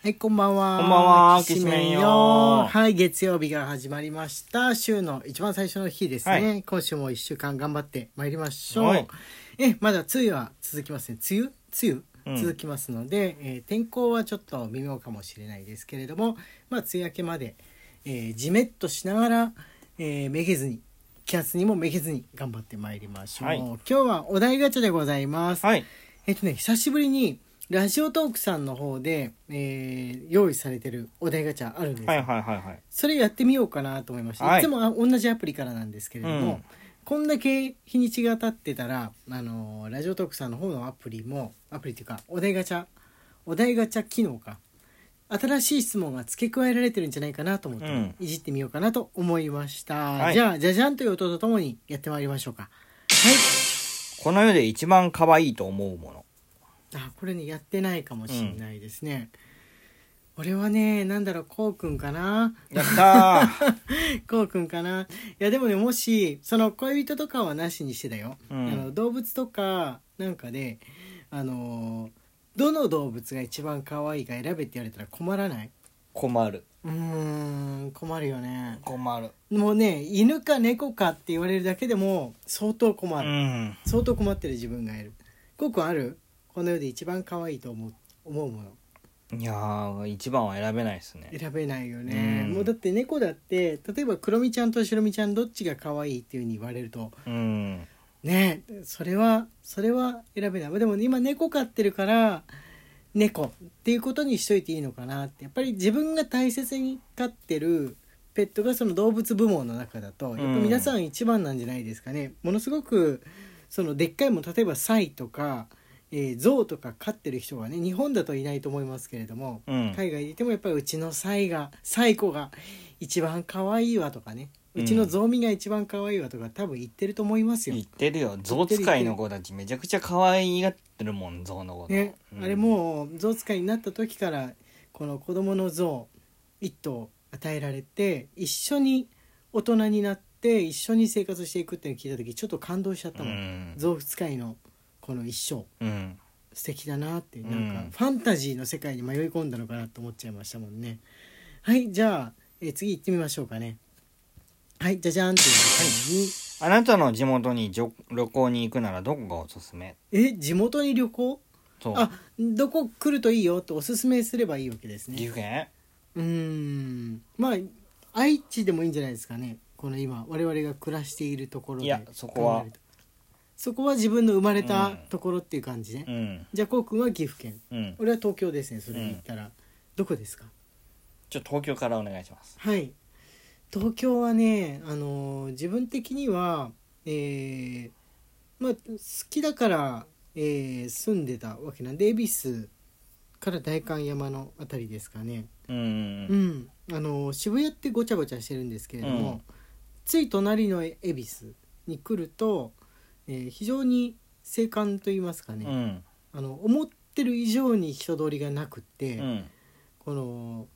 はい、こんばんは。こんばんはききしめんしめんよはい、月曜日が始まりました。週の一番最初の日ですね。は今週も一週間頑張ってまいりましょう。はいえ、まだ梅雨は続きますね。梅雨梅う雨ん続きますので、えー天候はちょっと微妙かもしれないですけれども、まあ、梅雨明けまで、えー、じめっとしながら、えーめげずに、気圧にもめげずに頑張ってまいりましょう。はい今日はお題ガチャでございます。はい。えっとね久しぶりにラジオトークさんの方で、えー用意されてるお題ガチャあるんです、はいはいはいはい。それやってみようかなと思いました、はいい、つもあ同じアプリからなんですけれども、うんこんだけ日にちが経ってたらあのーラジオトークさんの方のアプリもアプリっていうかお題ガチャお題ガチャ機能か新しい質問が付け加えられてるんじゃないかなと思って、うんいじってみようかなと思いました、いじゃあじゃじゃんという音とともにやってまいりましょうかはいこの世で一番可愛いと思うもの。あこれねやってないかもしれないですね、俺はねなんだろうこうくんかな やったーこうくんかないやでもねもしその恋人とかはなしにしてだよ、うんあの動物とかなんかであのーどの動物が一番可愛いか選べって言われたら困らない 困る。うーん困るよね困る。もうね犬か猫かって言われるだけでも相当困うる、ん。相当困ってる自分がいるこうくんあるこの世で一番可愛いと思う思うものいやー、一番は選べないですね。選べないよね、うんもうだって猫だって例えば黒みちゃんと白みちゃんどっちが可愛いっていうふうに言われるとうん。ねそれはそれは選べないでも今猫飼ってるから猫っていうことにしといていいのかなってやっぱり自分が大切に飼ってるペットがその動物部門の中だとやっぱ皆さん一番なんじゃないですかね、ものすごくそのでっかいもん例えばサイとか、えー、ゾウとか飼ってる人はね日本だといないと思いますけれども、うん。海外にいてもやっぱりうちのサイがサイコが一番可愛いわとかねうちのゾウミが一番可愛いわとか多分言ってると思いますよ言っ、てるよ。象使いの子たちめちゃくちゃ可愛がってるもん、象の子のねうんあれもうゾウ使いになった時からこの子供のゾウ1頭与えられて一緒に大人になって一緒に生活していくっていうのを聞いた時ちょっと感動しちゃったうもん、ん。ゾウ使いのこの一生うん。素敵だなってなうんんかファンタジーの世界に迷い込んだのかなと思っちゃいましたもんねはいじゃあ、えー次行ってみましょうかねはいじゃじゃーんっていうあなたの地元にじょ旅行に行くならどこがおすすめに、え地元に旅行そう。あどこ来るといいよっておすすめすればいいわけです岐ね阜県うーんまあ愛知でもいいんじゃないですかねこの今我々が暮らしているところでいやそこは考えるとそこは自分の生まれたうんところっていう感じね、うん。じゃあこうくんは岐阜県うん。俺は東京ですねそれで言ったら、どこですかちょっと東京からお願いします。はい東京はね、あのー自分的には、えーまあ、好きだから、えー住んでたわけなんで恵比寿から代官山のあたりですかね、う。うんんあのー渋谷ってごちゃごちゃしてるんですけれども、つい隣の恵比寿に来ると、えー非常に静観と言いますかうね、ん。あの思ってる以上に人通りがなくって。うん。この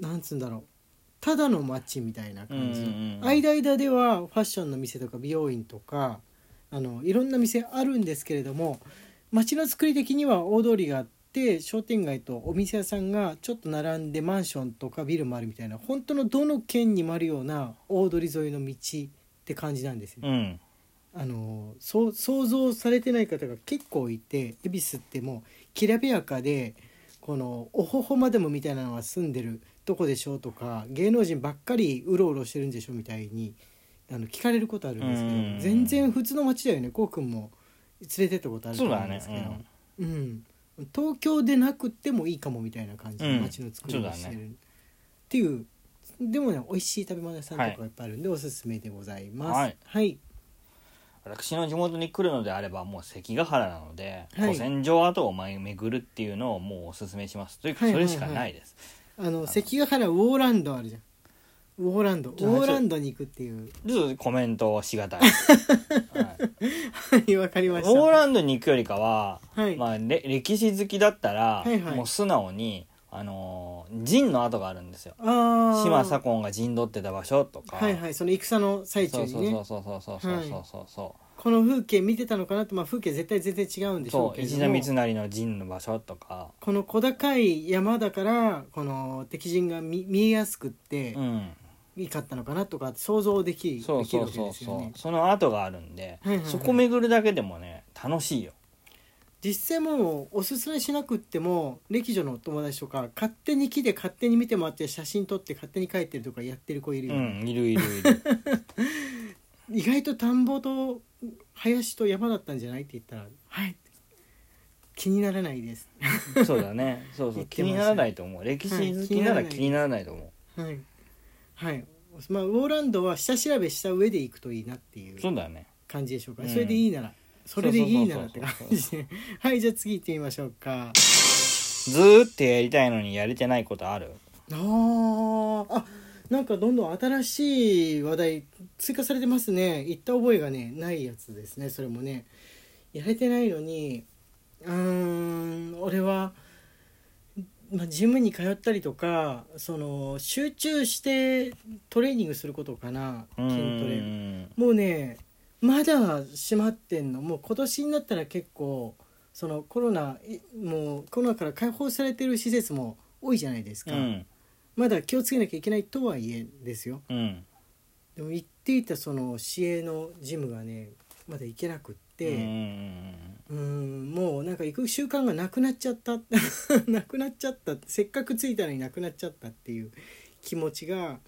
ななんつうんだろうただの街みたいな感じ、うんうんうん間間ではファッションの店とか美容院とかあのいろんな店あるんですけれども街の作り的には大通りがあって商店街とお店屋さんがちょっと並んでマンションとかビルもあるみたいな本当のどの県にもあるような大通り沿いの道って感じなんですよねうん。あのそう想像されてない方が結構いて恵比寿ってもうきらびやかでこのおほほマダムみたいなのは住んでるとこでしょとか芸能人ばっかりうろうろしてるんでしょみたいにあの聞かれることあるんですけうどん全然普通の街だよねこうくんも連れてったことあると思うんですけどそうだねうん東京でなくてもいいかもみたいな感じの街の作りをしてる、うんそうだっていうでもね美味しい食べ物屋さんとかがいっぱいあるんで、おすすめでございます。はいはい私の地元に来るのであればもう関ヶ原なので、は古い戦場跡を巡るっていうのをもうおすすめしますというかはいそはいれはいしかないです、あの関ヶ原ウォーランドあるじゃんウォーランドウじゃあはいォーランドに行くっていうちょっとコメントをしがたい、 はいはい わかりウまォしたーランドに行くよりかは、はい、まあ、れ歴史好きだったら、はいはいもう素直に、あのー陣の跡があるんですよあー島左近が陣取ってた場所とか、はいはいその戦の最中そうにそうそねうそうそうそうそうそうそうそう、この風景見てたのかなって、まあ、風景絶対全然違うんでしょそううけれ一ど田も三成の陣の場所とかこの小高い山だからこの敵陣が見見えやすくってうんいいかったのかなとかって想像できそうできるそわうそけでうすよそねう。その後があるんで、はいはいはいそこ巡るだけでもね楽しいよ実際もうおすすめしなくっても歴女のお友達とか勝手に木で勝手に見てもらって写真撮って勝手に描いてるとかやってる子いるうよね、んいるいるい る意外と田んぼと林と山だったんじゃないって言ったら「はい」気にならないです。そうだねそうそ言うって気ますにならないと思う歴史好きなら気にならないと思う、はい、はいまあ、ウォーランドは下調べした上で行くといいなっていうそうだね感じでしょうか、うんそれでいいならそれでいいならってそう感そうそうじではいじゃあ次行ってみましょうかずーっとやりたいのにやれてないことあるあーあなんかどんどん新しい話題追加されてますね行った覚えがねないやつですねそれもねやれてないのにうーん俺は、まあ、ジムに通ったりとかその集中してトレーニングすることかなうん筋トレもうねまだ閉まってんのもう今年になったら結構そのコロナいもうコロナから解放されてる施設も多いじゃないですか、うんまだ気をつけなきゃいけないとはいえですようんでも行っていたその市営のジムがねまだ行けなくうっんてうーんもうなんか行く習慣がなくなっちゃった なくなっちゃったせっかく着いたのになくなっちゃったっていう気持ちが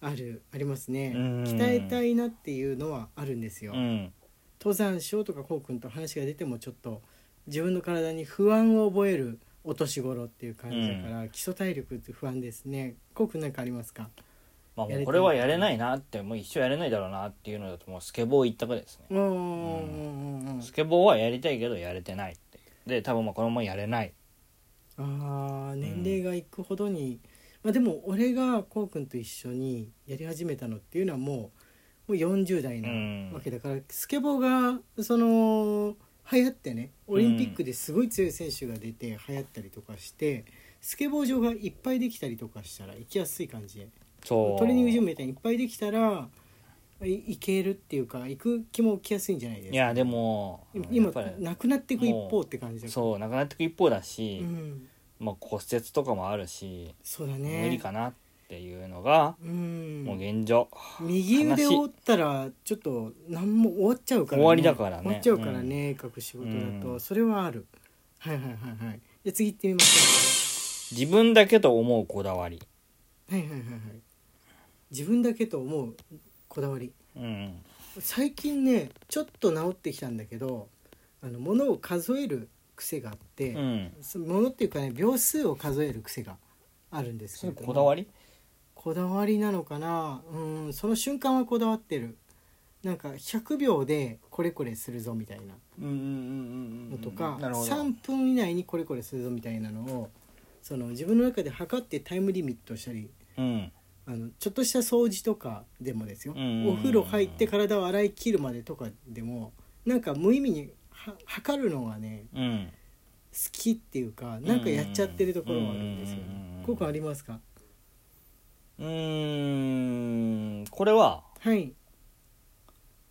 あるありますねうん鍛えたいなっていうのはあるんですよ、うんうん登山しようとかこうくんと話が出てもちょっと自分の体に不安を覚えるお年頃っていう感じだから、基礎体力って不安ですねこうくんなんかありますかまあもうこれはやれないなってもう一生やれないだろうなっていうのだともうスケボー一択ですうねんうんうんうんスケボーはやりたいけどやれてないってで多分まあこのままやれないあー年齢がいくほどに、まあ、でも俺がこうくんと一緒にやり始めたのっていうのはもうもう40代うなんわけだから、スケボーがその流行ってねオリンピックですごい強い選手が出て流行ったりとかして、スケボー場がいっぱいできたりとかしたら行きやすい感じでそうトレーニングジムみたいにいっぱいできたらい行けるっていうか行く気も来やすいんじゃないですかいやでもや今っぱりなくなっていく一方って感じだからそうなくなってく一方だし、うん、まあ、骨折とかもあるし、そうだね無理かなっていうのが、うんもう現状右腕を折ったらちょっと何も終わっちゃうから、終わりだからね終わっちゃうからね、書く仕事だと、うんそれはあるはいはいはいはいじゃあ次行ってみまし自分だけと思うこだわり、ょうはいはいはいはい自分だけと思うこだわりうん、最近ねちょっと治ってきたんだけどあの物を数える癖があって、うん、その物っていうかね秒数を数える癖があるんですそけれれどこだわりこだわりなのかなうんその瞬間はこだわってるなんか100秒でこれこれするぞみたいなうんうんうんのとか、なるほど3分以内にこれこれするぞみたいなのをその自分の中で測ってタイムリミットしたりうんあのちょっとした掃除とかでもですよ、うんうんうんうんお風呂入って体を洗い切るまでとかでもなんか無意味には測るのがねうん好きっていうかなんかやっちゃってるところもあるんですよ、ねうんうんうんうん効果ありますかうーんこれははい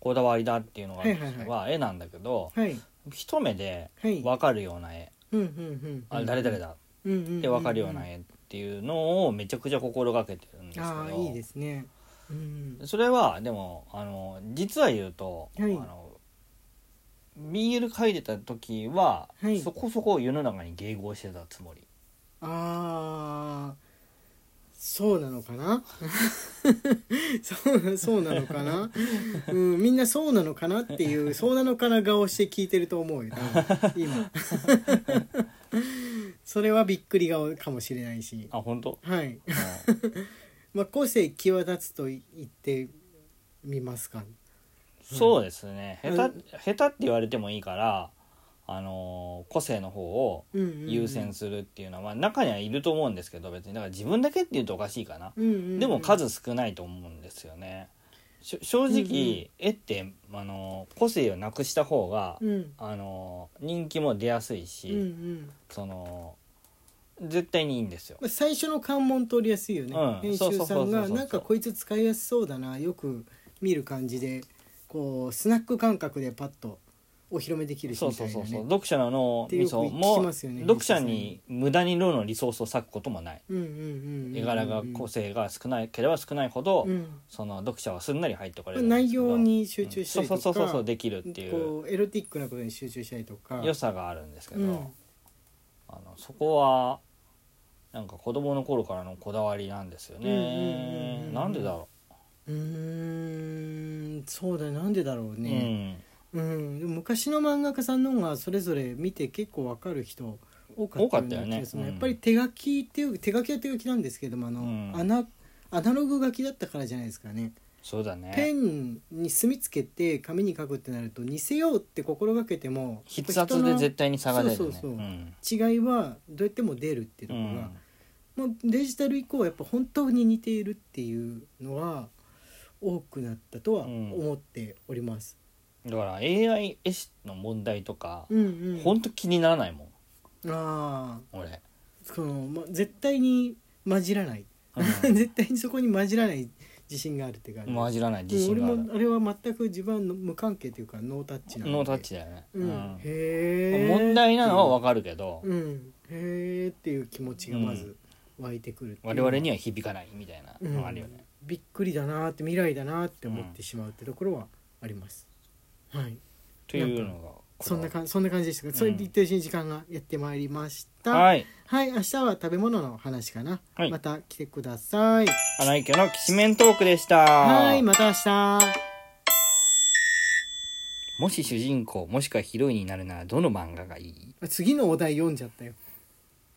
こだわりだっていうのがあるんですが、はい絵なんだけどはい一目ではい分かるような絵、うんうんうんあ誰々だっって分かるようなや絵っていうのをめちゃくちゃ心がけてるんですけどああいいですね、うん、それはでもあの実は言うと、はいあの BL 書いてた時は、はいそこそこ世の中に迎合してたつもりああそうなのか なそうそうなのかな、うん、みんなそうなのかなっていうそうなのかな顔して聞いてると思うよ多分今 それはびっくり顔かもしれないしあ本当はいうんまあ個性際立つと言ってみますかそうですねうん下手下手って言われてもいいからあの個性の方をうんうんうん優先するっていうのは、まあ、中にはいると思うんですけど別にだから自分だけっていうとおかしいかな、うんうんうんでも数少ないと思うんですよねしょ正直、うん絵ってあの個性をなくした方が、うんあの人気も出やすいし、うんうんその絶対にいいんですよまあ最初の関門通りやすいよね、うん編集そうそうさそうんそうがそうなんかこいつ使いやすそうだなよく見る感じでこうスナック感覚でパッとお披露目できるしそうみそたういなそうそうね読者の脳ってみよくそ聞きも、ますよね読者に無駄に脳のリソースを割くこともない、うんうんうんうんうん絵柄が個性が少ないければ少ないほど、うんその読者はすんなり入ってこれるんです内けど容に集中したりとか、そうそうそうそうできるっていうこうエロティックなことに集中したりとか良さがあるんですけど、うんあのそこはなんか子供の頃からのこだわりなんですようんうんうんねう。んなんでだろうーんそうだよなんでだろうう。ね、うんでも昔の漫画家さんの方がそれぞれ見て結構わかる人多かった多ようなかったよね気がするなうんやっぱり手書きっていう手書きは手書きなんですけどもあの、うんアナアナログ書きだったからじゃないですかねそうだね。ペンに墨つけて紙に書くってなると似せようって心がけても筆圧で絶対に差が出るね。そうそうそううん対違いはどうやっても出るっていうところが、もうデジタル以降はやっぱ本当に似ているっていうのは多くなったとはうん思っております。うんだから AI 絵師の問題とか、うんうん、ほんと気にならないもん。ああ俺。その、ま、絶対に混じらない、うん絶対にそこに混じらない自信があるって 感じ。混じじらない自信があ俺もる。あれは全く自分はの無関係というかノータッチなのでノータッチだよね。うんうんへえ問題なのはわかるけど、うんへえっていう気持ちがまず湧いてくるっていう我のは々には響かないみたいなのがあるよね。うん、びっくりだなーって未来だなーって思ってしまうってところはあります、はいというのが。そんなじ。かんそんな感じでしたけど、それで一定に時間がやってまいりましたい、はい。明日は食べ物の話かな、はいまた来てください花池のきしめんトークでした。はいまた明日もし主人公もしくはヒロインになるならどの漫画がいい次のお題読んじゃったよ